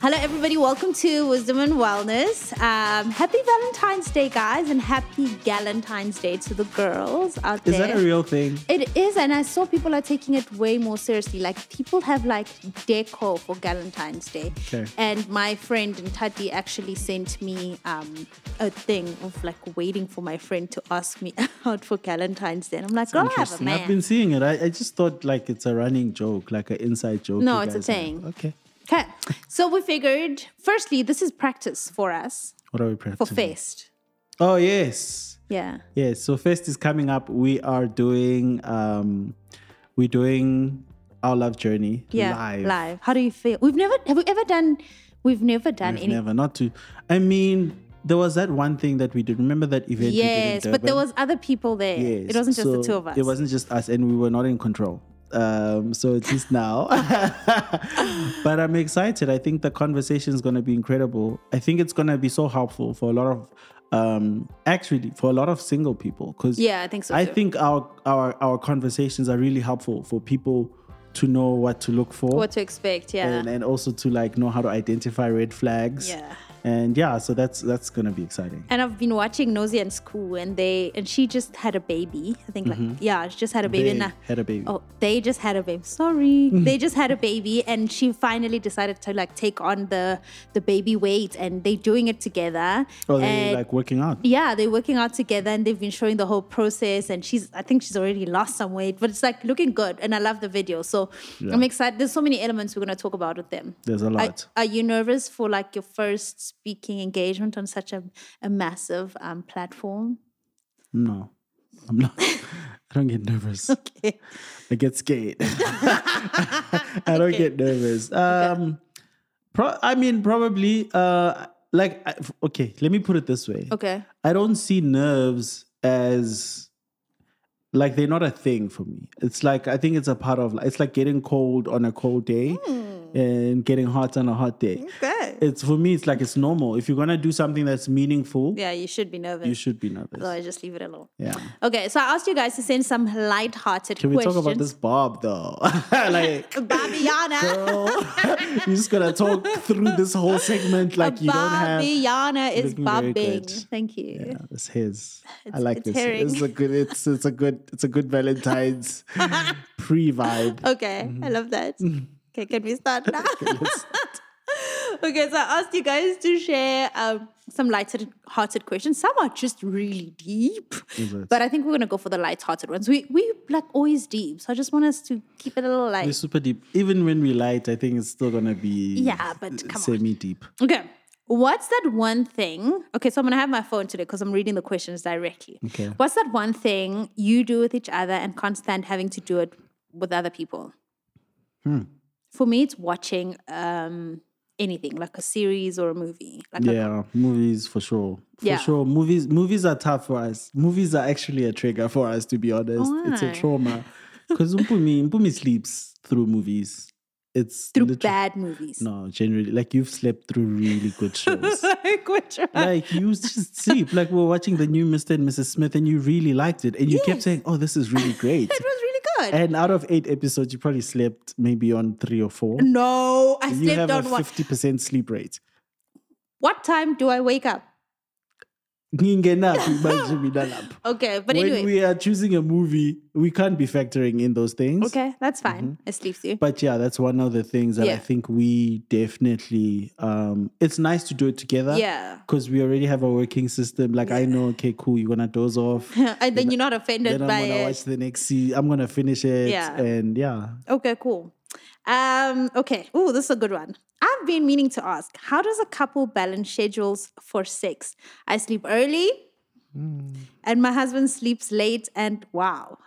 Hello, everybody. Welcome to Wisdom and Wellness. Um, happy Valentine's Day, guys, and happy Galentine's Day to the girls out Is there. that a real thing? It is, and I saw people are taking it way more seriously. Like people have like deco for Valentine's Day, Okay. and my friend Ntati actually sent me um, a thing of like waiting for my friend to ask me out for Valentine's Day, and I'm like, girl, I have a Interesting. I've man. been seeing it. I, I just thought like it's a running joke, like an inside joke. No, you it's a guys have. thing. Okay. okay, so we figured. Firstly, this is practice for us What are we for practicing? Fest. Oh yes, Yeah, yes. So first is coming up. We are doing, um, we're doing our love journey yeah, live. How do you feel? We've never have we ever done. We've never done We've any. Never, not to. I mean, there was that one thing that we did. Remember that event? we did in Yes, but there Durban? was other people there. Yes. It wasn't just the So two of us. It wasn't just us, and we were not in control. Um, so at least now. but I'm excited. I think the conversation is going to be incredible. I think it's going to be so helpful for a lot of, um, actually, for a lot of single people. Because Yeah, I think so. I too. think our, our our conversations are really helpful for people to know what to look for. what to expect. Yeah. and, and also to like know how to identify red flags Yeah. and yeah so that's that's gonna be exciting and I've been watching Nosy and School, and they and she just had a baby. I think like yeah, she just had a baby. and Mm-hmm. I- They had a baby Oh, they just had a baby. Sorry, they just had a baby, and she finally decided to like take on the the baby weight, and they're doing it together. oh they and like working out yeah, they're working out together, and they've been showing the whole process. And she's, I think she's already lost some weight, but it's like looking good, and I love the video. So I'm excited. There's so many elements we're gonna talk about with them. there's a Are- lot Are, you nervous for like your first speaking engagement on such a, a massive um, platform? No, I'm not. I don't get nervous. Okay. I get scared. I don't get nervous. Um, pro- I mean, probably. Uh, like, I, okay, let me put it this way. Okay. I don't see nerves as like they're not a thing for me. It's like I think it's a part of life. It's like getting cold on a cold day Hmm. and getting hot on a hot day. Okay. It's for me. It's like it's normal. If you're gonna do something that's meaningful, Yeah, you should be nervous. you should be nervous. Otherwise, just leave it alone. yeah. Okay, so I asked you guys to send some light-hearted Can we questions. talk about this Bob though? like, Babiana. girl, you're just gonna talk through this whole segment like you don't have. Babiana is looking very bobbing. good. Thank you. Yeah, it's his. I like it's this. herring. It's a good. It's it's a good. It's a good Valentine's pre vibe. Okay, I love that. Mm-hmm. Okay, can we start now? okay, so I asked you guys to share um, some light-hearted questions. Some are just really deep, but- but I think we're gonna go for the light-hearted ones. We we like always deep, so I just want us to keep it a little It's light. super deep. Even when we light, I think it's still gonna be Yeah, but come on. semi deep. Okay, what's that one thing? Okay, so I'm gonna have my phone today because I'm reading the questions directly. Okay. what's that one thing you do with each other and can't stand having to do it with other people? Hmm. For me, it's watching. Um, anything like a series or a movie like a Yeah, movies for sure. For Yeah. sure, movies movies are tough for us. Movies are actually a trigger for us, to be honest. It's a Why? trauma because Mpumi Mpumi sleeps through movies. It's through literally- bad movies. No, generally, like you've slept through really good shows. like which one? like you just sleep. Like we were watching the new Mr. and Mrs. Smith, and you really liked it, and you kept Yes. saying, "Oh, this is really great." it was really good. and out of eight episodes, you probably slept maybe on three or four. no, I You slept have a on one. fifty percent sleep rate. What time do I wake up? Ngingenaphi manje mina lapha. Okay, but when anyway. we are choosing a movie, we can't be factoring in those things. okay, that's fine. I sleep through. Mm-hmm. But yeah, that's one of the things that I Yeah. think we definitely. Um, it's nice to do it together. Yeah. Because we already have a working system. Like I know, okay, cool, you're gonna doze off. and then you're not offended then I'm by gonna it. watch the next season. I'm gonna finish it. Yeah. And yeah. Okay, cool. Um, okay. Oh, this is a good one. I've been meaning to ask, how does a couple balance schedules for sex? I sleep early Hmm. and my husband sleeps late and wow.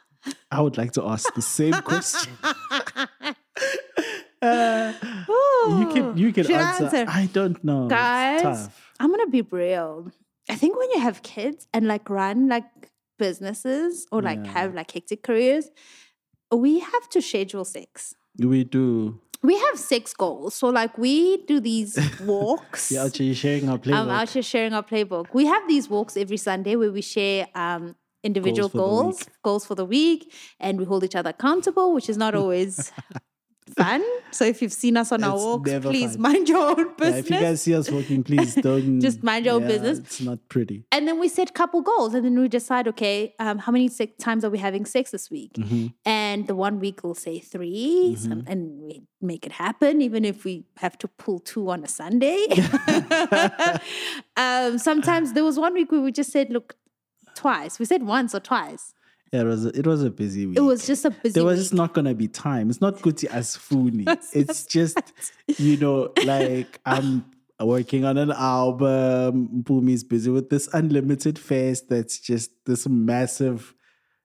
I would like to ask the same question. You can you can Should I answer. answer? I don't know. It's guys tough. i'm gonna be real i think when you have kids and like run like businesses or like have like hectic careers we have to schedule sex We do. we have six goals so like we do these walks Yeah, actually sharing our i'm playbook. out here sharing our playbook we have these walks every sunday where we share um individual for the goals goals for the week and we hold each other accountable which is not always fun. So if you've seen us on our It's walks, never please fun. mind your own Yeah, business. if you guys see us walking, please don't. Just mind your own yeah, business. It's not pretty. and then we set couple goals, and then we decide, okay, um, how many se- times are we having sex this week? Mm-hmm. And the one week we'll say 3 some- and we make it happen, even if we have to pull two on a Sunday. um, sometimes there was one week where we just said, look, twice. We said once or twice. Yeah, it was. A, it was a busy week. It was just a busy There was week. just not gonna be time. It's not good to as funny. It's just you know, like I'm working on an album. Bumi's busy with this unlimited fest. That's just this massive.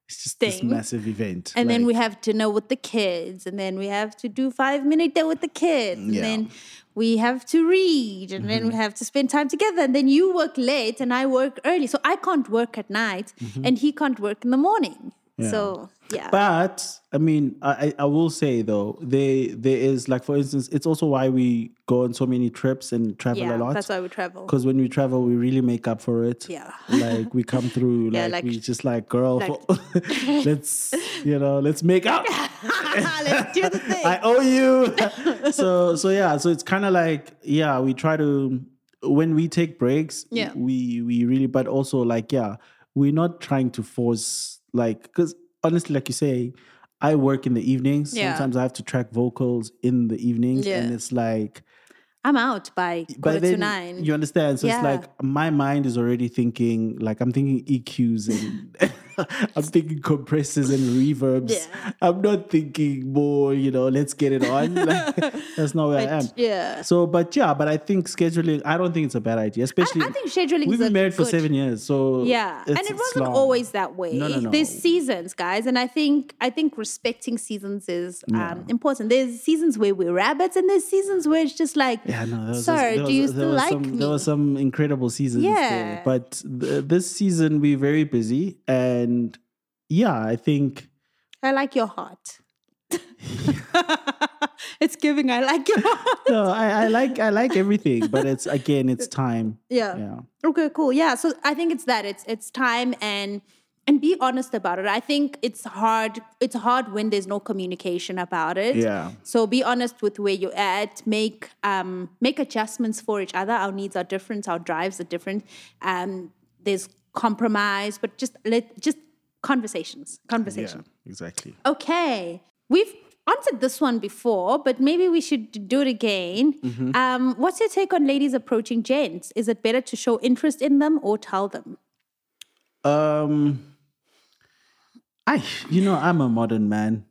It's just this Thing. massive event. And then Like, we have dinner with the kids, and then we have to do five minute day with the kids, and Yeah. Mm-hmm. then we have to read, and then we have to spend time together. And then you work late, and I work early, so I can't work at night, and he can't work in the morning. So yeah, Mm-hmm. But I mean, I, I- I will say though, they there is like for instance, it's also why we go on so many trips and travel yeah, a lot. that's why we travel. Because when we travel, we really make up for it. Yeah. Like we come through, like, Yeah, like- we just like, girl, like- for- let's, you know, let's make up. Let's do the thing. I owe you. so, so yeah, so it's kind of like, yeah, we try to, when we take breaks, Yeah. we, we really, but also like, yeah, we're not trying to force, like, because honestly, like you say, I work in the evenings. Yeah. Sometimes I have to track vocals in the evenings, Yeah. and it's like, I'm out by by quarter to then nine. you understand so Yeah. it's like my mind is already thinking like i'm thinking eqs and i'm thinking compressors and reverbs Yeah. i'm not thinking more you know let's get it on like, that's not where i am yeah, so but yeah but i think scheduling i don't think it's a bad idea especially I think scheduling. we've been married for good. seven years so Yeah, and it's- it it's wasn't long. always that way. No, no, no. There's seasons, guys, and I think I think respecting seasons is um, important. There's seasons where we're rabbits, and there's seasons where it's just like, Yeah, no, there was sir, there do you was- there still was like some, me? There were some incredible seasons. Yeah. There. But th- this season, we're very busy. And yeah, I think I like your heart. it's giving. I like your heart. no, I, I like I like everything, but it's again, it's time. Yeah. Yeah. Okay, cool. Yeah, so I think it's that. It's it's time and and be honest about it. I think it's hard. It's hard when there's no communication about it. Yeah. So be honest with where you're at. Make um make adjustments for each other. Our needs are different. Our drives are different. Um, there's compromise, but just let just conversations. Conversation. exactly. Okay. We've answered this one before, but maybe we should do it again. Mm-hmm. Um, what's your take on ladies approaching gents? Is it better to show interest in them or tell them? Um, I you know I'm a modern man.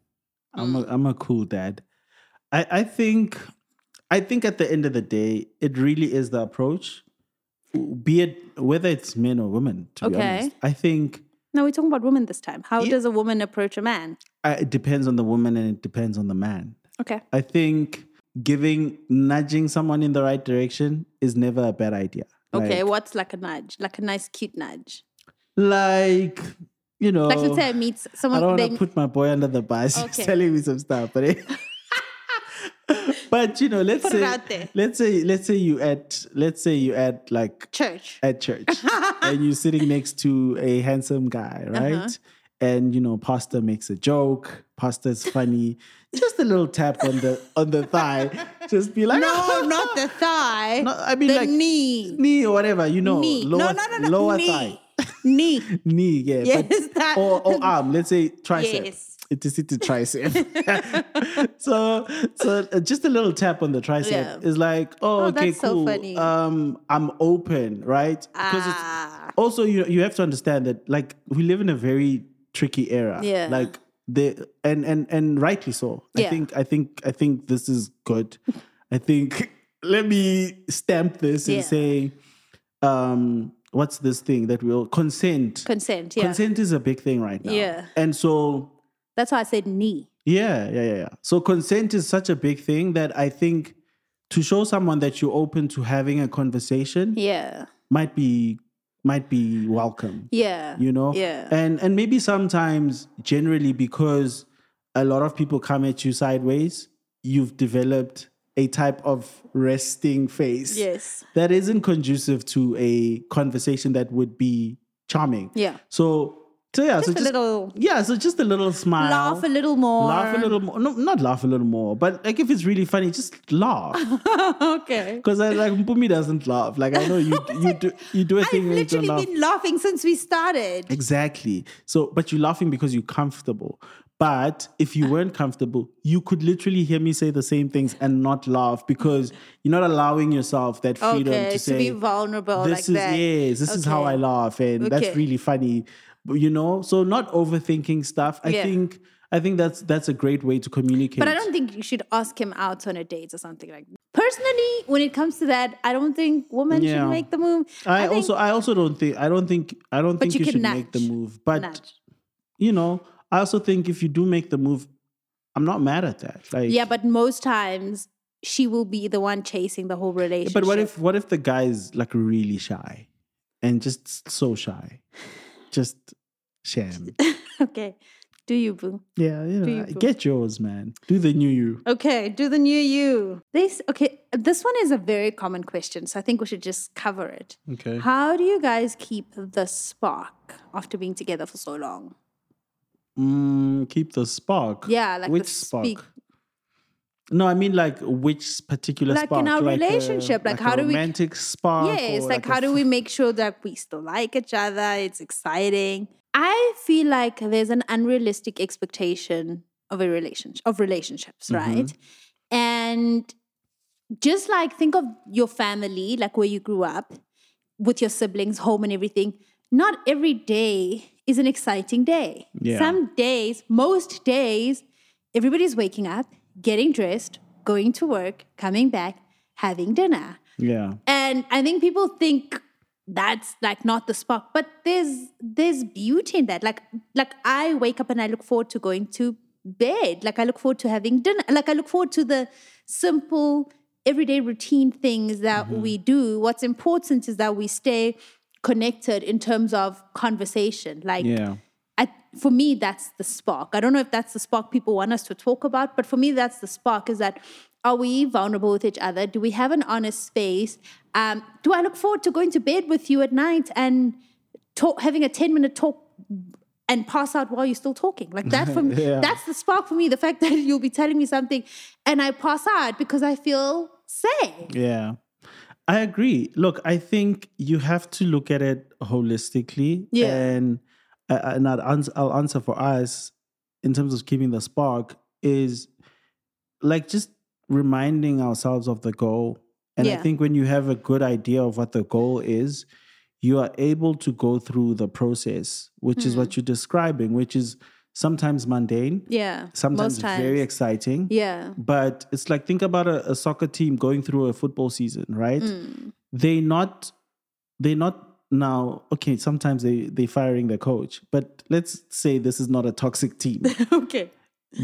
I'm Mm. a I'm a cool dad. I I think I think at the end of the day, it really is the approach, be it whether it's men or women. To be Okay. honest, I think No, we're talking about women this time. How does a woman approach a man? uh, it depends on the woman and it depends on the man. Okay. I think giving nudging someone in the right direction is never a bad idea. Okay, Like- what's like a nudge? Like a nice, cute nudge. like you know Like, let's say I meet Oh. I someone. don't they, want to put my boy under the bus. He's Okay. telling me some stuff, but but you know, let's Put it say out there. let's say let's say you at let's say you at like church. at church and you're sitting next to a handsome guy, Uh-huh. right? And you know, pastor makes a joke. Pastor's funny. Just a little tap on the on the thigh. Just be like, No, not the thigh. No, I mean, the like, knee. knee or whatever. You know, knee. no, lower, no, no, no. lower knee. thigh Knee. knee, yeah. Yes, but- that- or, or arm, let's say tricep. Yes. It is it to tricep. so so uh, just a little tap on the tricep Yeah. is like, oh, Oh, okay, that's so cool. funny. Um, I'm open, right? Because Ah. it's also you you have to understand that like we live in a very tricky era. Yeah. Like the and and and rightly so. Yeah. I think I think I think this is good. I think let me stamp this and Yeah. say, um, what's this thing that we'll consent. Consent. Yeah. Consent is a big thing right now. Yeah. And so, That's why I said knee. yeah, yeah, yeah, yeah. So, consent is such a big thing that I think to show someone that you're open to having a conversation Yeah. might be might be welcome Yeah. you know Yeah. and and maybe sometimes generally because a lot of people come at you sideways you've developed a type of resting face Yes. that isn't conducive to a conversation that would be charming Yeah. so So yeah, so Just a just little yeah, so just a little smile, laugh a little more. laugh a little more. No, not laugh a little more, but like if it's really funny, just laugh. okay. Because I like Mpumi doesn't laugh. Like I know you you do you do a I've thing and you don't literally laugh. been laughing since we started. Exactly. So, but you're laughing because you're comfortable. But if you weren't comfortable, you could literally hear me say the same things and not laugh because you're not allowing yourself that freedom Okay, to to, say, be vulnerable "This like is that. yes, this is how I Okay. laugh, and that's Okay. really funny." But, You know, so not overthinking stuff. I Yeah. think I think that's that's a great way to communicate. But I don't think you should ask him out on a date or something like that. Personally, when it comes to that, I don't think women Yeah. should make the move. I, think- also I also don't think I don't think I don't think you you, can should make the nudge. move. But Nudge. you know, I also think if you do make the move, I'm not mad at that. Like Yeah, but most times she will be the one chasing the whole relationship. But what if what if the guy is like really shy and just so shy? Just sham. Okay. Do you, boo? Yeah, you know, you- get yours, man. Do the new you. Okay, do the new you. This okay, this one is a very common question, so I think we should just cover it. Okay. How do you guys keep the spark after being together for so long? Mm, keep the spark. Yeah, like the which spark? speak- No, I mean like which particular Like in spark? our a- relationship, like a how do we- romantic spark? Yeah, it's or like, a how do we make sure that we still like each other? It's exciting. I feel like there's an unrealistic expectation of a relationship of relationships, right? Mm-hmm. And just like think of your family, like where you grew up, with your siblings, home and everything. Not every day is an exciting day. Yeah. Some days, most days, everybody's waking up, getting dressed, going to work, coming back, having dinner. Yeah. And I think people think that's like not the spark, but there's there's beauty in that. Like like I wake up and I look forward to going to bed. Like I look forward to having dinner. Like I look forward to the simple everyday routine things that we do. What's important is that we stay connected in terms of conversation. Like Yeah. I, for me, that's the spark. I don't know if that's the spark people want us to talk about, but for me, that's the spark is that are we vulnerable with each other? Do we have an honest space? Um, do I look forward to going to bed with you at night and talk, having a 10 minute talk and pass out while you're still talking? Like that for me, Yeah. that's the spark for me. The fact that you'll be telling me something and I pass out because I feel safe. Yeah. I agree. Look, I think you have to look at it holistically. Yeah. And, uh, and I'll, answer, I'll answer for us in terms of keeping the spark is like just reminding ourselves of the goal. And I Yeah. think when you have a good idea of what the goal is, you are able to go through the process, which is Mm. what you're describing, which is sometimes mundane, Yeah. sometimes most times. very exciting. yeah. But it's like think about a, a soccer team going through a football season, right? Mm. They not they not now okay, sometimes they they firing their coach, but let's say this is not a toxic team. okay.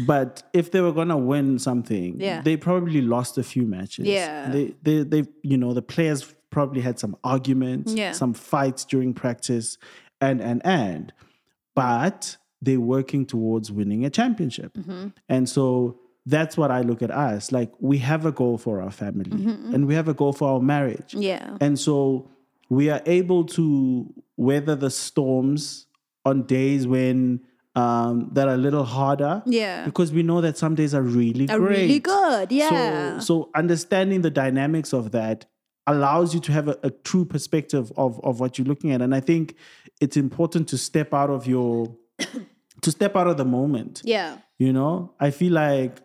but if they were gonna win something, Yeah. they probably lost a few matches. Yeah. They they they you know, the players probably had some arguments, Yeah. some fights during practice, and and and but they're working towards winning a championship. Mm-hmm. And so that's what I look at us. Like we have a goal for our family Mm-hmm, and we have a goal for our marriage. Yeah. And so we are able to weather the storms on days when um, that are a little harder. Yeah. Because we know that some days are really Are great. really good. Yeah. So, so understanding the dynamics of that allows you to have a, a true perspective of, of what you're looking at. And I think it's important to step out of your to step out of the moment. yeah. You know? I feel like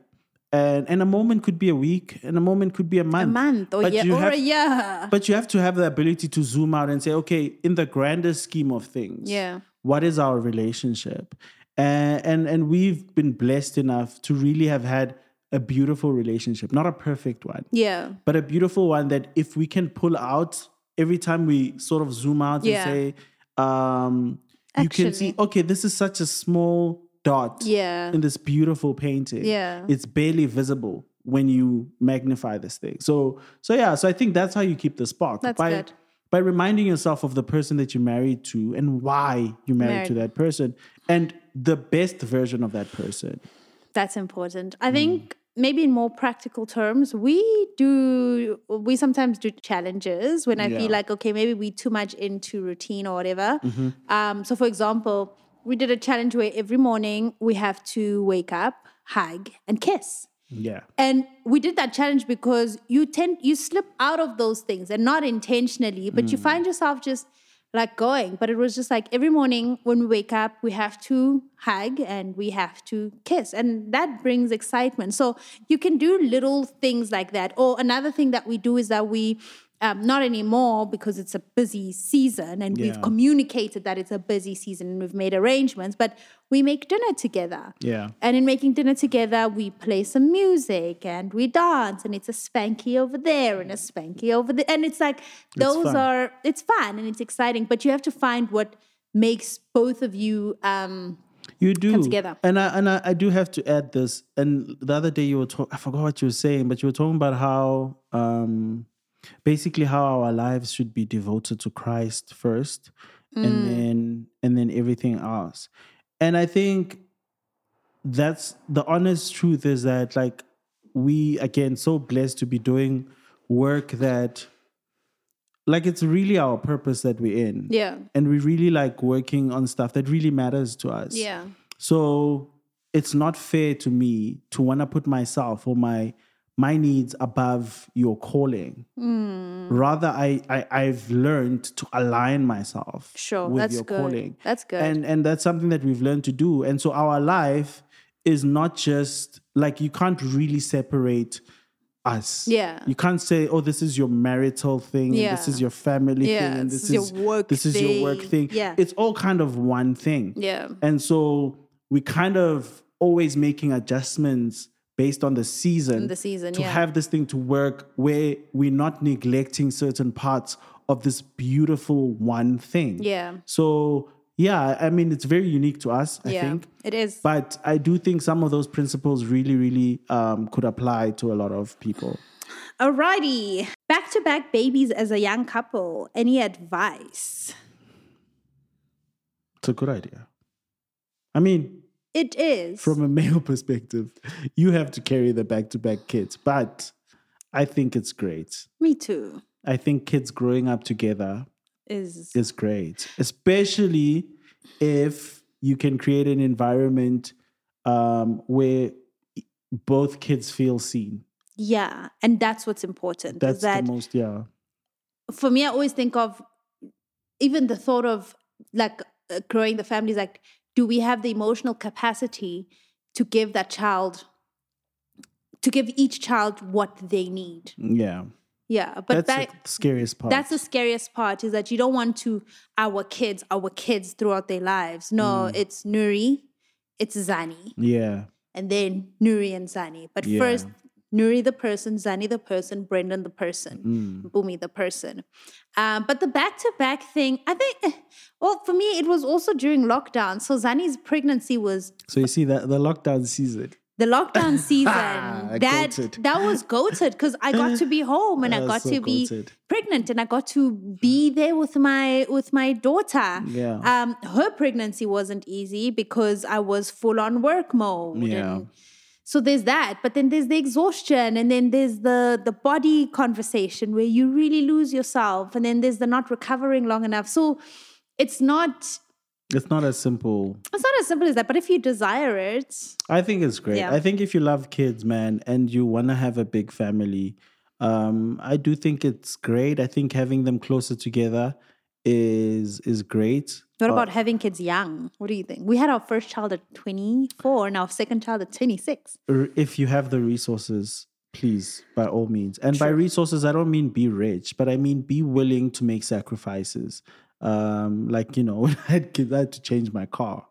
and, and a moment could be a week and a moment could be a month. a month or, But year, you or have a year. but you have to have the ability to zoom out and say, okay, in the grander scheme of things, Yeah. what is our relationship? And and and we've been blessed enough to really have had a beautiful relationship, not a perfect one, Yeah. but a beautiful one that if we can pull out every time we sort of zoom out Yeah. and say, um, you can see, okay, this is such a small dot Yeah. in this beautiful painting. Yeah. It's barely visible when you magnify this thing. So so yeah, so I think that's how you keep the spark. That's by good. by reminding yourself of the person that you're married to and why you're married, to that person and the best version of that person. That's important. Hmm. I think maybe in more practical terms, we do we sometimes do challenges when I Yeah. Mm-hmm. feel like okay, maybe we too much into routine or whatever. Um, so for example, we did a challenge where every morning we have to wake up, hug, and kiss. Yeah. And we did that challenge because you tend you slip out of those things and not intentionally, but you find yourself just like going. But it was just like every morning when we wake up, we have to hug and we have to kiss. And that brings excitement. So you can do little things like that. Or another thing that we do is that we um, not anymore because it's a busy season and Yeah. we've communicated that it's a busy season and we've made arrangements, but we make dinner together. Yeah. And in making dinner together, we play some music and we dance, and it's a spanky over there and a spanky over there. And it's like, those fun. are, it's fun and it's exciting, but you have to find what makes both of you. Um, You do together. and I and I, I do have to add this. And the other day you were talking, I forgot what you were saying, but you were talking about how, um, basically, how our lives should be devoted to Christ first, Mm. and then and then everything else. And I think that's the honest truth is that like we again so blessed to be doing work that like it's really our purpose that we're in yeah. and we really like working on stuff that really matters to us. Yeah. So it's not fair to me to want to put myself or my my needs above your calling. Hmm. Rather, I, I I've learned to align myself Sure. with That's your good. calling. That's good. And and that's something that we've learned to do. And so our life is not just like you can't really separate us. Yeah. You can't say, oh, this is your marital thing, and this Yeah. is your family Yeah, thing, and this this, is your work This is your work thing. thing. Yeah. It's all kind of one thing. yeah. And so we kind of always making adjustments based on the season. The season, to yeah. have this thing to work where we're not neglecting certain parts of this beautiful one thing. Yeah. So yeah, I mean it's very unique to us, I yeah. think. It is. But I do think some of those principles really, really um, could apply to a lot of people. Alrighty. Back to back babies as a young couple. Any advice? It's a good idea. I mean, It is. from a male perspective, you have to carry the back to back kids, but I think it's great. Me too. I think kids growing up together Is is great, especially if you can create an environment um, where both kids feel seen. yeah. And that's what's important. That's is that the most, yeah. for me, I always think of even the thought of like uh, growing the family is like, do we have the emotional capacity to give that child, to give each child what they need? Yeah. Yeah. But that's that, the scariest part. that's the scariest part is that you don't want to our kids, our kids throughout their lives. No, it's Nuri, it's Zani, yeah. and then Nuri and Zani. But Yeah. first, Nuri the person, Zani the person, Brendan the person. Mm. Bumi the person. Um, but the back to back thing, I think, eh, well, for me, it was also during lockdown. So Zani's pregnancy was So you see that the lockdown season. the Ah, lockdown season. that Goated. that was goated because I got to be home and I Ah, got so to be goated. pregnant and I got to be there with my with my daughter. Yeah. Um, her pregnancy wasn't easy because I was full on work mode. Yeah. and- so there's that, but then there's the exhaustion, and then there's the the body conversation where you really lose yourself, and then there's the not recovering long enough. So it's not it's It's not as simple. not as simple as that. But if you desire it, I think it's great. Yeah. I think if you love kids, man, and you want to have a big family, um, I do think it's great. I think having them closer together is is great. What about having kids young? What do you think? We had our first child at 24 and our second child at 26. R- If you have the resources, please, by all means. And by resources, I don't mean be rich, but I mean be willing to make sacrifices. Um, like you know, when I had kids, I had to change my car.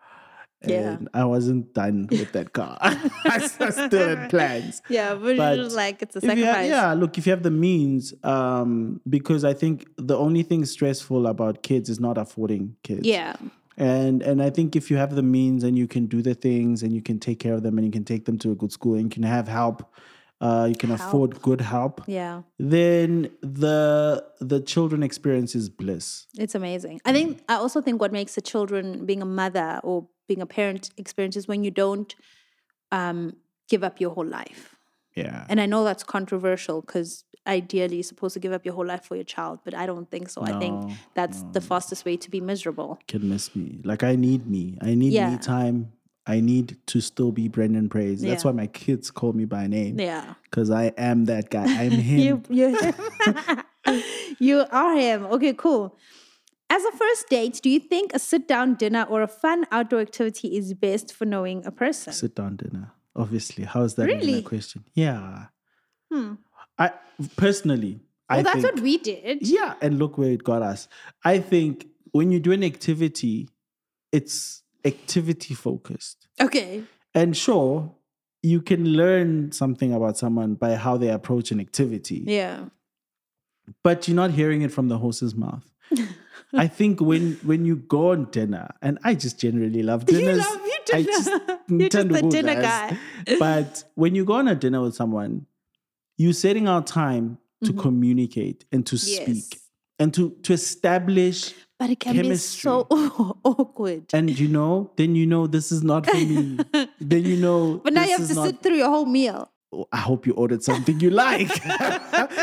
Yeah. And I wasn't done with that car. I still had plans. Yeah, but, But it's just like it's a If you have- sacrifice. yeah, look, if you have the means, um, because I think the only thing stressful about kids is not affording kids. yeah. And and I think if you have the means and you can do the things and you can take care of them and you can take them to a good school and you can have help, uh, you can afford good help, Yeah. then the the children experience is bliss. It's amazing. I think I also think what makes the children being a mother or being a parent experience is when you don't um, give up your whole life. Yeah. And I know that's controversial because ideally you're supposed to give up your whole life for your child, but I don't think so. I think No, that's the fastest way to be miserable. Kid miss me. Like I need me. I need Yeah. me time. I need to still be Brendan Praise. That's Yeah. why my kids call me by name. Yeah. Cause I am that guy. I'm him. You, you, you are him. Okay, cool. As a first date, do you think a sit down dinner or a fun outdoor activity is best for knowing a person? Sit down dinner. Obviously. How is that even Really? a question? Yeah. I personally I Hmm. well, Oh, that's think, what we did. Yeah, and look where it got us. I think when you do an activity, it's activity focused. Okay. And sure, you can learn something about someone by how they approach an activity, Yeah. but you're not hearing it from the horse's mouth. I think when when you go on dinner, and I just generally love dinners. love your I dinner. just You're just tend to the go dinner guys. guy. but when you go on a dinner with someone, you're setting out time to communicate and to speak Mm-hmm. Yes. and to to establish But it can Chemistry. be so awkward. and you know, then you know this is not for me. then you know. But now this you have is to not- sit through your whole meal. I hope you ordered something you like.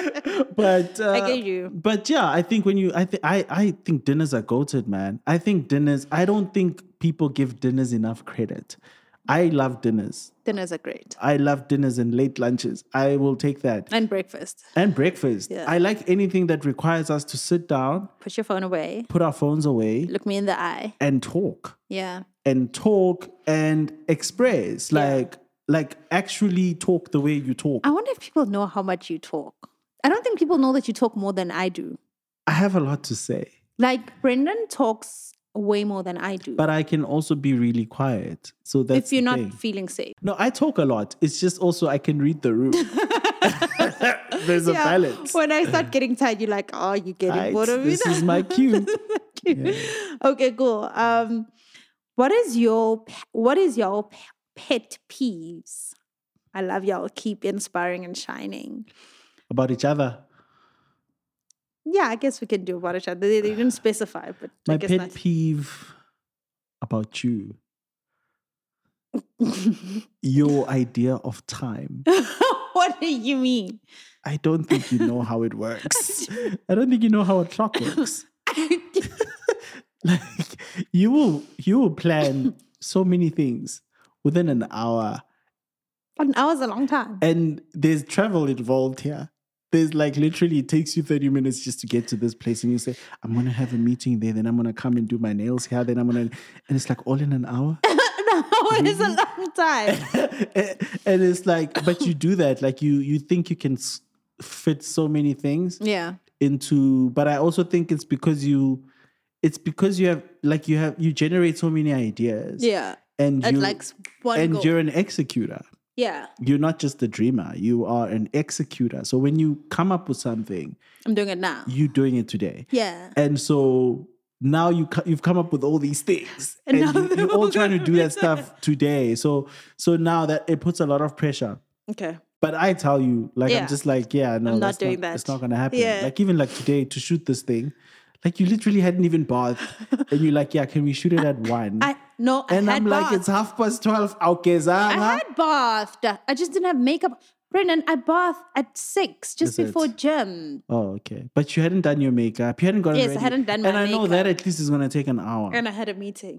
but uh, get you. But yeah, I think when you, I think I, I think dinners are goated, man. I think dinners. I don't think people give dinners enough credit. I love dinners. Dinners are great. I love dinners and late lunches. I will take that. And breakfast. And breakfast. Yeah. I like anything that requires us to sit down, Put your phone away. put our phones away, Look me in the eye. and talk. Yeah. and talk and express Yeah. like like actually talk the way you talk I wonder if people know how much you talk. I don't think people know that you talk more than I do. i have a lot to say Like Brendan talks way more than I do. but i can also be really quiet so that's if you're the not thing. feeling safe. no i talk a lot it's just also i can read the room there's a balance When I start getting tired, you're like, oh, you're getting right? bored of me. this now." is my cue Okay, cool. Um, what is your pe- what is your pe- pet peeves? I love y'all. Keep inspiring and shining. about each other Yeah, I guess we can do about each other. They, they didn't specify, but I my guess pet nice. peeve about you your idea of time what do you mean? i don't think you know how it works i don't think you know how a clock works like you will you will plan so many things within an hour An hour's a long time. and there's travel involved here there's like literally it takes you 30 minutes just to get to this place and you say i'm gonna have a meeting there then i'm gonna come and do my nails here then i'm gonna and it's like all in an hour An hour is a long time. and it's like but you do that like you you think you can s- fit so many things Yeah. into but i also think it's because you it's because you have like you have you generate so many ideas Yeah. and At you like s- one and goal. you're an executor yeah. you're not just a dreamer you are an executor so when you come up with something I'm doing it now. you're doing it today Yeah. and so now you co- you've come up with all these things And and, now you, they're you're all all trying to gonna do be that stuff today so so now that it puts a lot of pressure Okay. but I tell you, like Yeah. I'm just like, yeah, no, I'm not that's doing that. It's not gonna happen. Yeah. Like even like today to shoot this thing, like you literally hadn't even bathed, and you're like, yeah, can we shoot it at one? I no. I and had I'm like, bath. it's half past twelve. Okay, I Zara. had bathed. I just didn't have makeup. Brendan, I bathed at six just Is it? before gym. Oh, okay. But you hadn't done your makeup. You hadn't gotten Yes, I ready. hadn't done my And I know that at least is gonna take an hour. And, And I had a meeting.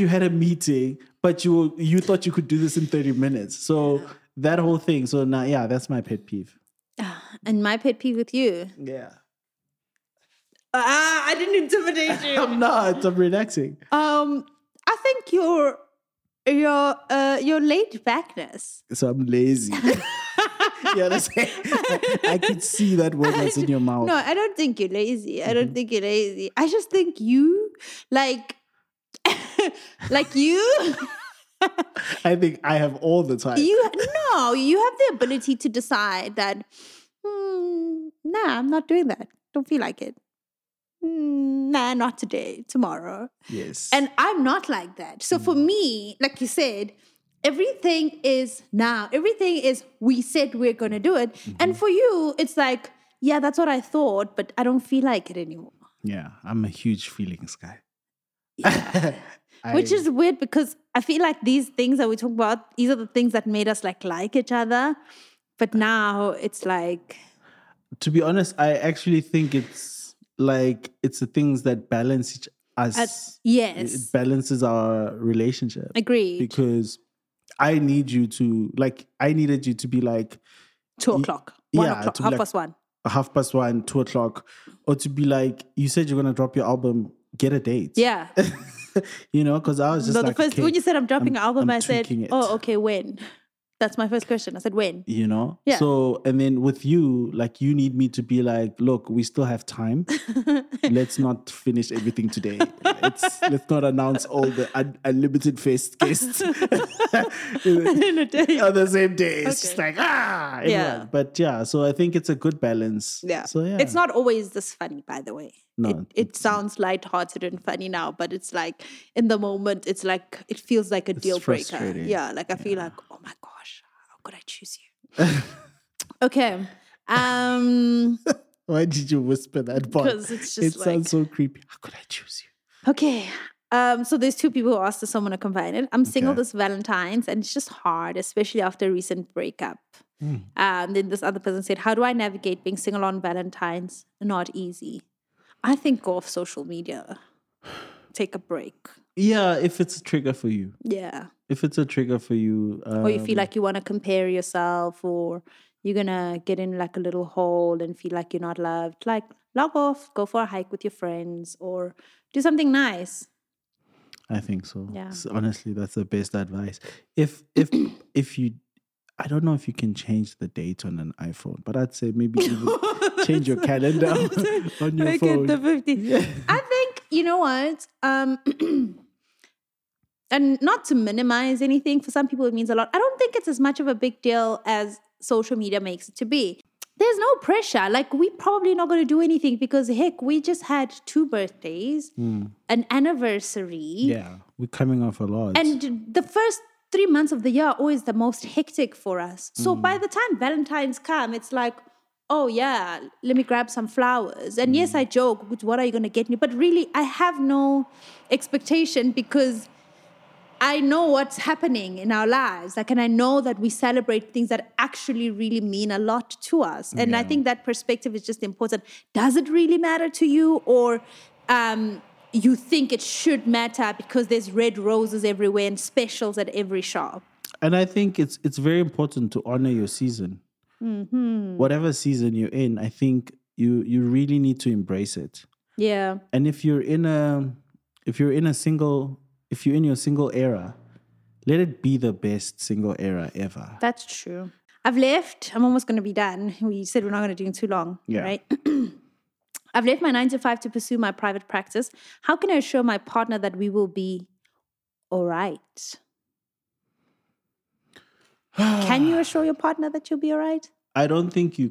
you had a meeting, but you were, you thought you could do this in thirty minutes. So that whole thing. So now, yeah, that's my pet peeve. And my pet peeve with you. Yeah. Ah, I didn't intimidate you. I'm not. I'm relaxing. um, I think your your uh your laid backness. so I'm lazy. yeah, that's I, I could see that word that's in your mouth. No, I don't think you're lazy. I Mm-hmm. don't think you're lazy. I just think you like like you I think I have all the time. you no, you have the ability to decide that "Hmm, nah, I'm not doing that. Don't feel like it. "Hmm, Nah, not today, tomorrow. Hmm. yes. And I'm not like that. So for me, like you said, everything is now. Everything is we said we're going to do it. And for you, it's like, yeah, that's what I thought, but I don't feel like it anymore. yeah, I'm a huge feelings guy. Which I- is weird because I feel like these things that we talk about, these are the things that made us like like each other. But now it's like, to be honest, I actually think it's like it's the things that balance each us. yes, It balances our relationship agreed. because I need you to like. I needed you to be like Two y- o'clock, one yeah, o'clock, to be half like- past one. half past one, two o'clock, or to be like you said you're gonna drop your album. Get a date. Yeah. you know, because I was just So like, the first okay, when you said I'm dropping an album, I'm i said, tweaking it. "Oh, okay, when?" That's my first question. I said, "When?" you know Yeah. so and then with you like you need me to be like look we still have time let's not finish everything today let's let's not announce all the un- unlimited first guests In a day. on the same day it's just like ah everyone. Yeah. but yeah so i think it's a good balance Yeah. so yeah It's not always this funny, by the way. No, it, it sounds lighthearted and funny now, but it's like in the moment, it's like it feels like a deal breaker. frustrating. Yeah, like I feel like, oh my gosh, how could I choose you? okay, um, why did you whisper that part 'Cause it's it just like- sounds so creepy how could i choose you okay. Um, so there's two people who asked if someone to confide in. I'm single Okay. this Valentine's, and it's just hard, especially after a recent breakup. Mm. And then this other person said, "How do I navigate being single on Valentine's? Not easy. I think go off social media, take a break. yeah if it's a trigger for you Yeah, if it's a trigger for you um, or you feel like you want to compare yourself, or you're gonna get in like a little hole and feel like you're not loved. Like log off, go for a hike with your friends, or do something nice. I think so. Yeah. S- Honestly, that's the best advice. If if if you I don't know if you can change the date on an iPhone, but I'd say maybe even change your calendar on your Make phone. it the 15th. yeah. I think you know what, um, and not to minimize anything. For some people, it means a lot. I don't think it's as much of a big deal as social media makes it to be. There's no pressure. Like we probably not going to do anything because heck, we just had two birthdays, an anniversary, yeah. We're coming off a lot. and the first three months of the year are always the most hectic for us. So by the time Valentine's come, it's like, oh yeah, let me grab some flowers. And yes, I joke, "Good, what are you gonna get me? But really, I have no expectation because I know what's happening in our lives. Like, and I know that we celebrate things that actually really mean a lot to us. And I Yeah. think that perspective is just important. Does it really matter to you? Or um, you think it should matter because there's red roses everywhere and specials at every shop? and I think it's it's very important to honor your season. Mm-hmm. Whatever season you're in, I think you you really need to embrace it. Yeah. and if you're in a if you're in a single if you're in your single era let it be the best single era ever That's true. I've left. I'm almost going to be done. We said we're not going to do it too long, Yeah. right? I've left my nine to five to pursue my private practice. How can I assure my partner that we will be all right? can you assure your partner that you'll be all right? i don't think you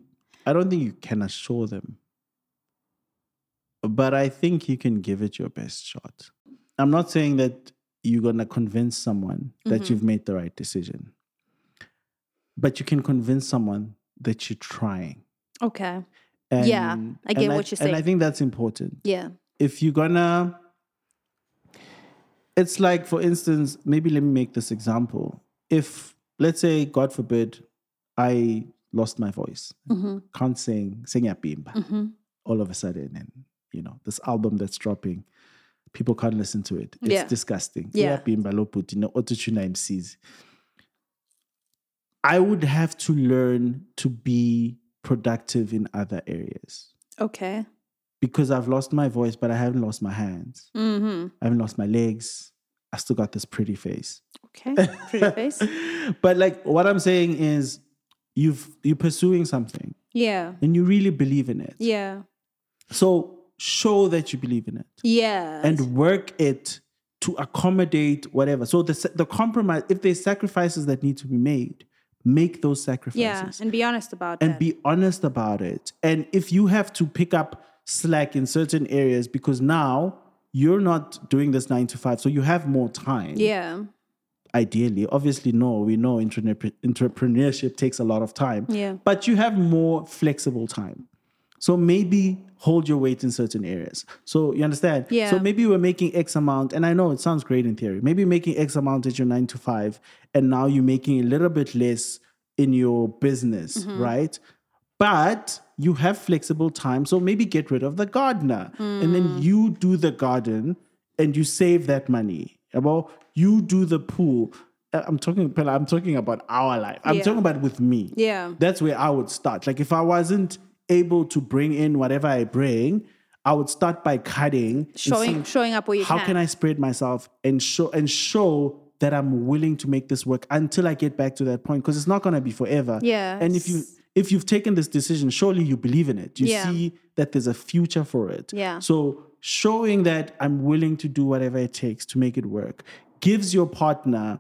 i don't think you can assure them but i think you can give it your best shot i'm not saying that you're going to convince someone Mm-hmm. that you've made the right decision but you can convince someone that you're trying Okay. and, Yeah, I get and what you're and i saying. think that's important Yeah. if you're gonna it's like for instance maybe let me make this example if let's say god forbid i lost my voice Mhm. can't sing sing at bimba Mhm. all of a sudden and you know this album that's dropping people can't listen to it it's Yeah. disgusting Yeah. Uyabhimba lobuti no autotune MCs i would have to learn to be productive in other areas Okay. because i've lost my voice but i haven't lost my hands Mhm. I haven't lost my legs. I still got this pretty face. Okay. Pretty face. But like what I'm saying is you've you're pursuing something Yeah. and you really believe in it. Yeah. So show that you believe in it Yeah. and work it to accommodate whatever. So the sa- the compromise if there's sacrifices that need to be made, make those sacrifices yeah, and be honest about and that. be honest about it. And if you have to pick up slack in certain areas because now you're not doing this 9 to 5 so you have more time. yeah. ideally. Obviously, no, we know entrepreneur- entrepreneurship takes a lot of time. Yeah. But you have more flexible time. So maybe hold your weight in certain areas. So you understand? Yeah. So maybe we're making X amount, and I know it sounds great in theory. Maybe you're making X amount at your nine to five, and now you're making a little bit less in your business, Mm-hmm. right? But you have flexible time, so maybe get rid of the gardener and Hmm. then you do the garden and you save that money. About you do the pool. Uh, I'm talking, Pella, I'm talking about our life. I'm Yeah. talking about with me. Yeah. That's where I would start. Like if I wasn't able to bring in whatever I bring, I would start by cutting, and Showing seeing showing up where you how can. can I spread myself and show and show that I'm willing to make this work until I get back to that point because it's not gonna be forever. Yes. And if you if you've taken this decision, surely you believe in it. You Yeah. see that there's a future for it. Yeah. So showing that I'm willing to do whatever it takes to make it work gives your partner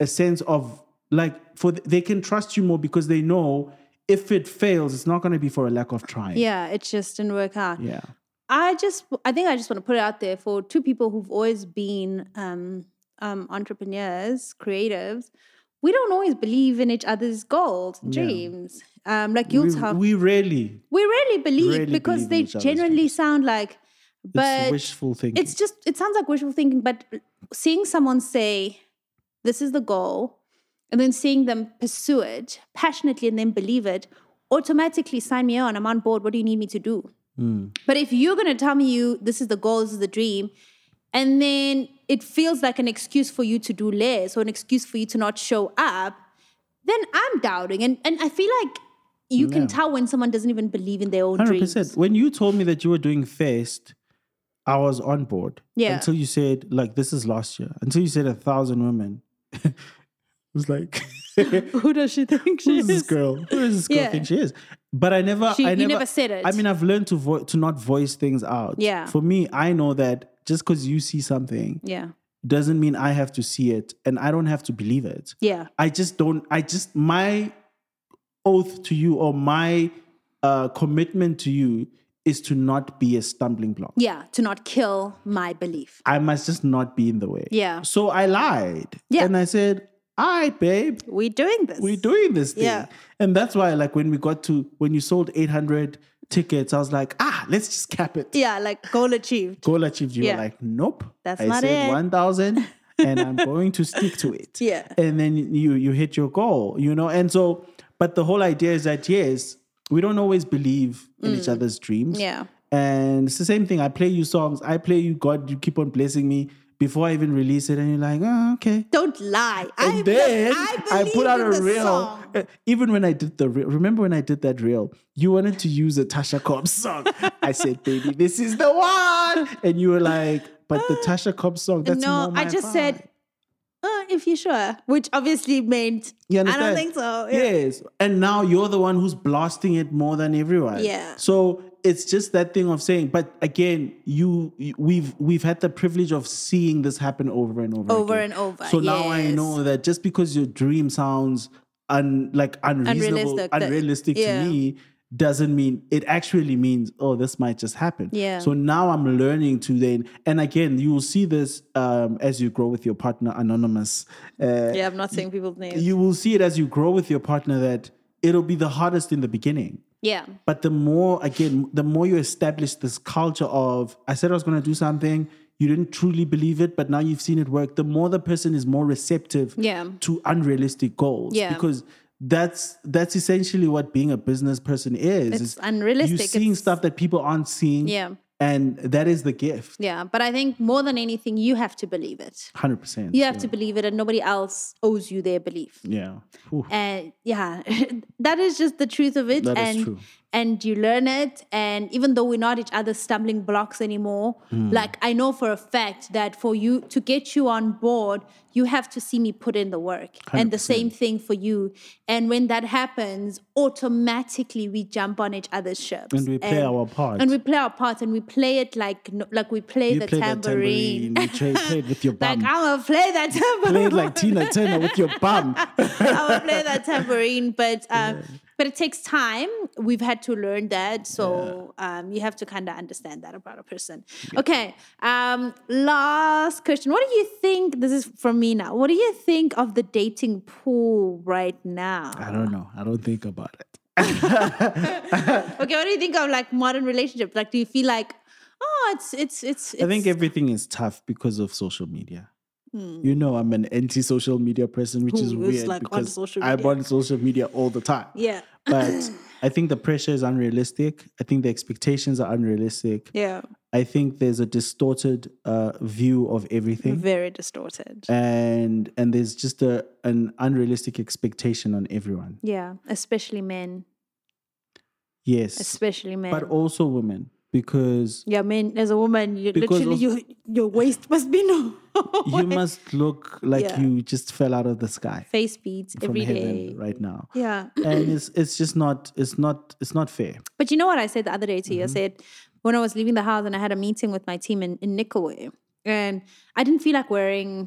a sense of like for they can trust you more because they know if it fails, it's not gonna be for a lack of trying. yeah, it just didn't work out. Yeah. I just, I think I just want to put it out there for two people who've always been um, um, entrepreneurs, creatives. We don't always believe in each other's goals, dreams. Um, like you'll We, tell, we, we rarely rarely believe rarely because believe in they each other's generally sound like, it's but wishful thinking. it's just it sounds like wishful thinking but seeing someone say this is the goal and then seeing them pursue it passionately and then believe it automatically sign me on i'm on board what do you need me to do Mm. but if you're going to tell me you this is the goal this is the dream and then it feels like an excuse for you to do less or an excuse for you to not show up then i'm doubting and, and i feel like you can tell when someone doesn't even believe in their own Hundred dreams percent. When you told me that you were doing first, I was on board. Yeah. Until you said like this is last year. Until you said a thousand women, it was like who does she think she who is this girl? Who is this girl Yeah. think she is? But I never, She- I you never, never said it. I mean, I've learned to vo- to not voice things out. Yeah. For me, I know that just because you see something yeah doesn't mean I have to see it, and I don't have to believe it. yeah I just don't. I just my oath to you or my uh, commitment to you is to not be a stumbling block. Yeah, to not kill my belief. I must just not be in the way. Yeah. So I lied. Yeah. And I said, "All right, babe, We're doing this. we're doing this thing." Yeah. And that's why, like, when we got to when you sold eight hundred tickets, I was like, "Ah, let's just cap it." Yeah, like goal achieved. Goal achieved. You Yeah. were like, "Nope, That's I not said it." one thousand, and I'm going to stick to it." Yeah. and then you you hit your goal you know and so but the whole idea is that yes we don't always believe in each other's dreams Mm. Yeah. and it's the same thing i play you songs i play you god you keep on blessing me before i even release it and you're like oh, okay Don't lie. I, and be- then I, I, put out a reel. Song. Uh, Even when I did the reel, remember when I did that reel? You wanted to use a Tasha Cobbs song. I said, "Baby, this is the one," and you were like, "But the Tasha Cobbs song, that's No, more I my just vibe." said, uh, if you're sure, which obviously meant You I don't understand? think so. Yeah. Yes. And now you're the one who's blasting it more than everyone. Yeah. So it's just that thing of saying, but again, you you- we've we've had the privilege of seeing this happen over and over. Over again. and over, So now I yes. know that just because your dream sounds un like Unrealistic, unreasonable, that- unrealistic yeah. to me, doesn't mean it actually means, oh, this might just happen. Yeah. So now I'm learning to then, and again, you will see this um, as you grow with your partner, anonymous. Uh, Yeah, I'm not saying people's names. you will see it as you grow with your partner that it'll be the hardest in the beginning. yeah. But the more, again, the more you establish this culture of, I said I was going to do something, you didn't truly believe it, but now you've seen it work, the more the person is more receptive Yeah. to unrealistic goals. Yeah. Because that's that's essentially what being a business person is. It's, unrealistic. You're seeing It's- stuff that people aren't seeing. Yeah. And that is the gift. Yeah. But I think more than anything, you have to believe it. 100%. You have to believe it, and nobody else owes you their belief. Yeah. Whew. and yeah that is just the truth of it That is and true. and you learn it and even though we're not each other's stumbling blocks anymore Hmm. like i know for a fact that for you to get you on board you have to see me put in the work and the same thing for you and when that happens automatically we jump on each other's ships And we play our part. and we play our part and we play it like no- like we play you the play tambourine, that tambourine. You tra- play it with your like bum. i'm gonna play that tambourine played like Tina Turner with your bum. I would play that tambourine, but um, but it takes time. We've had to learn that, so um, you have to kind of understand that about a person. Okay, um, last question. What do you think? This is from me now. What do you think of the dating pool right now? I don't know. I don't think about it. Okay, what do you think of like modern relationships? Like, do you feel like, oh, it's it's it's? it's I think everything is tough because of social media. You know, I'm an anti-social media person, which is Who weird is, like, on because social I'm media. on social media all the time. Yeah. But I think the pressure is unrealistic. I think the expectations are unrealistic. Yeah. I think there's a distorted uh, view of everything, Very distorted. Eh and and there's just a an unrealistic expectation on everyone. Yeah. Especially men. Yes, Especially men. but also women because yeah, men. As a woman, you, Because literally, of- your your waist must be no. you must look like Yeah. you just fell out of the sky face beads from every heaven day. right now. Yeah. and it's it's just not it's not it's not fair. But you know what I said the other day to you? I said when I was leaving the house and I had a meeting with my team in, in Nicolay, and I didn't feel like wearing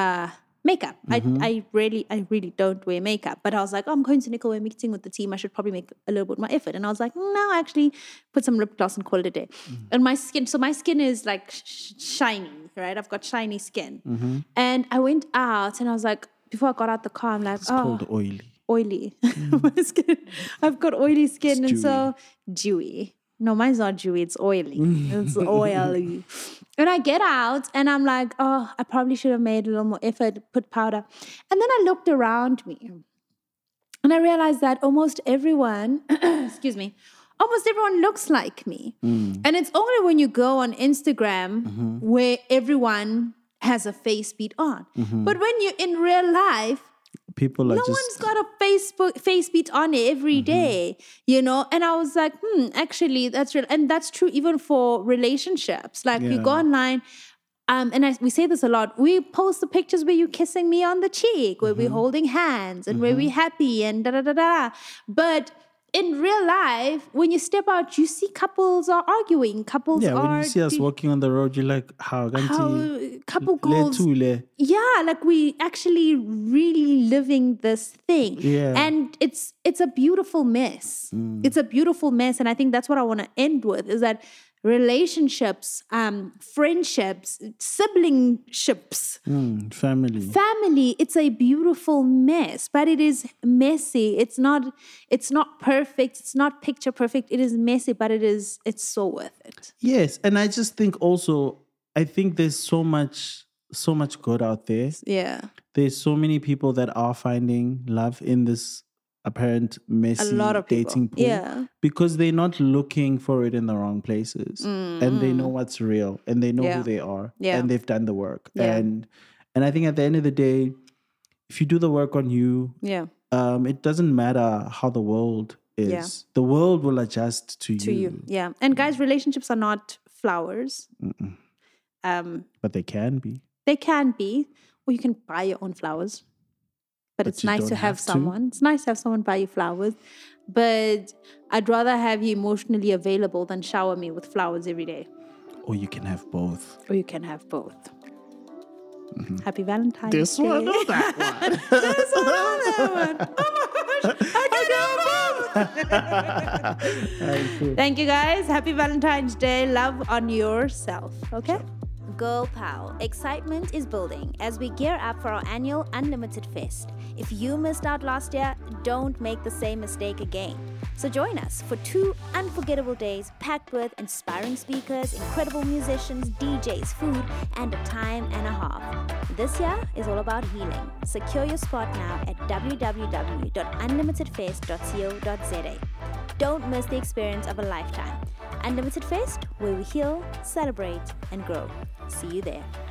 uh, makeup. I, I really, I really don't wear makeup. But I was like, oh, I'm going to Nicolay meeting with the team. I should probably make a little bit more effort. And I was like, no, I actually put some lip gloss and call it a day. And my skin, so my skin is like sh- sh- shiny, right? I've got shiny skin. And I went out and I was like, before I got out the car, I'm like, oh, Cold oily. oily. my skin, I've got oily skin, and so dewy. No, mine's not dewy. It's oily. it's oily. And I get out, and I'm like, oh, I probably should have made a little more effort, put powder. And then I looked around me, and I realized that almost everyone, excuse me, almost everyone looks like me. And it's only when you go on Instagram where everyone has a face beat on. But when you're in real life, People are no just Mm-hmm. one's got a Facebook face beat on it every day, you know. And I was like, hmm, actually, that's real, and that's true even for relationships. Like we go Yeah. online, um, and I, we say this a lot. We post the pictures where you kissing me on the cheek, where Mm-hmm. we're holding hands, and where we happy, and da da da da. But in real life, when you step out, you see couples are arguing. Couples yeah. are When you see us do- walking on the road, you're like, how ganti how couple le goals tu le. yeah like we actually really living this thing Yeah. Mm. and it's it's a beautiful mess it's a beautiful mess and i think that's what i want to end with is that relationships um friendships siblingships Mm, family. family it's a beautiful mess but it is messy it's not it's not perfect it's not picture perfect it is messy but it is it's so worth it Yes, and I just think also I think there's so much so much good out there. yeah There's so many people that are finding love in this apparent a messy lot of people dating pool. yeah because they're not looking for it in the wrong places and Mm. they know what's real and they know Yeah. who they are Yeah. and they've done the work Yeah. and and i think at the end of the day if you do the work on you yeah um it doesn't matter how the world is Yeah. the world will adjust to, to you. Yeah. And guys, relationships are not flowers. Um, but they can be they can be, or you can buy your own flowers. But, it's you nice to don't have, have to. someone. It's nice to have someone buy you flowers. But I'd rather have you emotionally available than shower me with flowers every day. or you can have both Or you can have both. Happy Valentine's Mm-hmm. this Day. one or that one This one or that one. Oh my gosh. I can have both. Like, uh, Thank you guys. Happy Valentine's Day. Love on yourself. Okay? Girl Pow. Excitement is building as we gear up for our annual Unlimited Fest. If you missed out last year, don't make the same mistake again. So join us for two unforgettable days packed with inspiring speakers, incredible musicians, DJs, food, and a time and a half. This year is all about healing. Secure your spot now at www.unlimitedfest.co.za. Don't miss the experience of a lifetime. Unlimited Fest, where we heal, celebrate, and grow. See you there.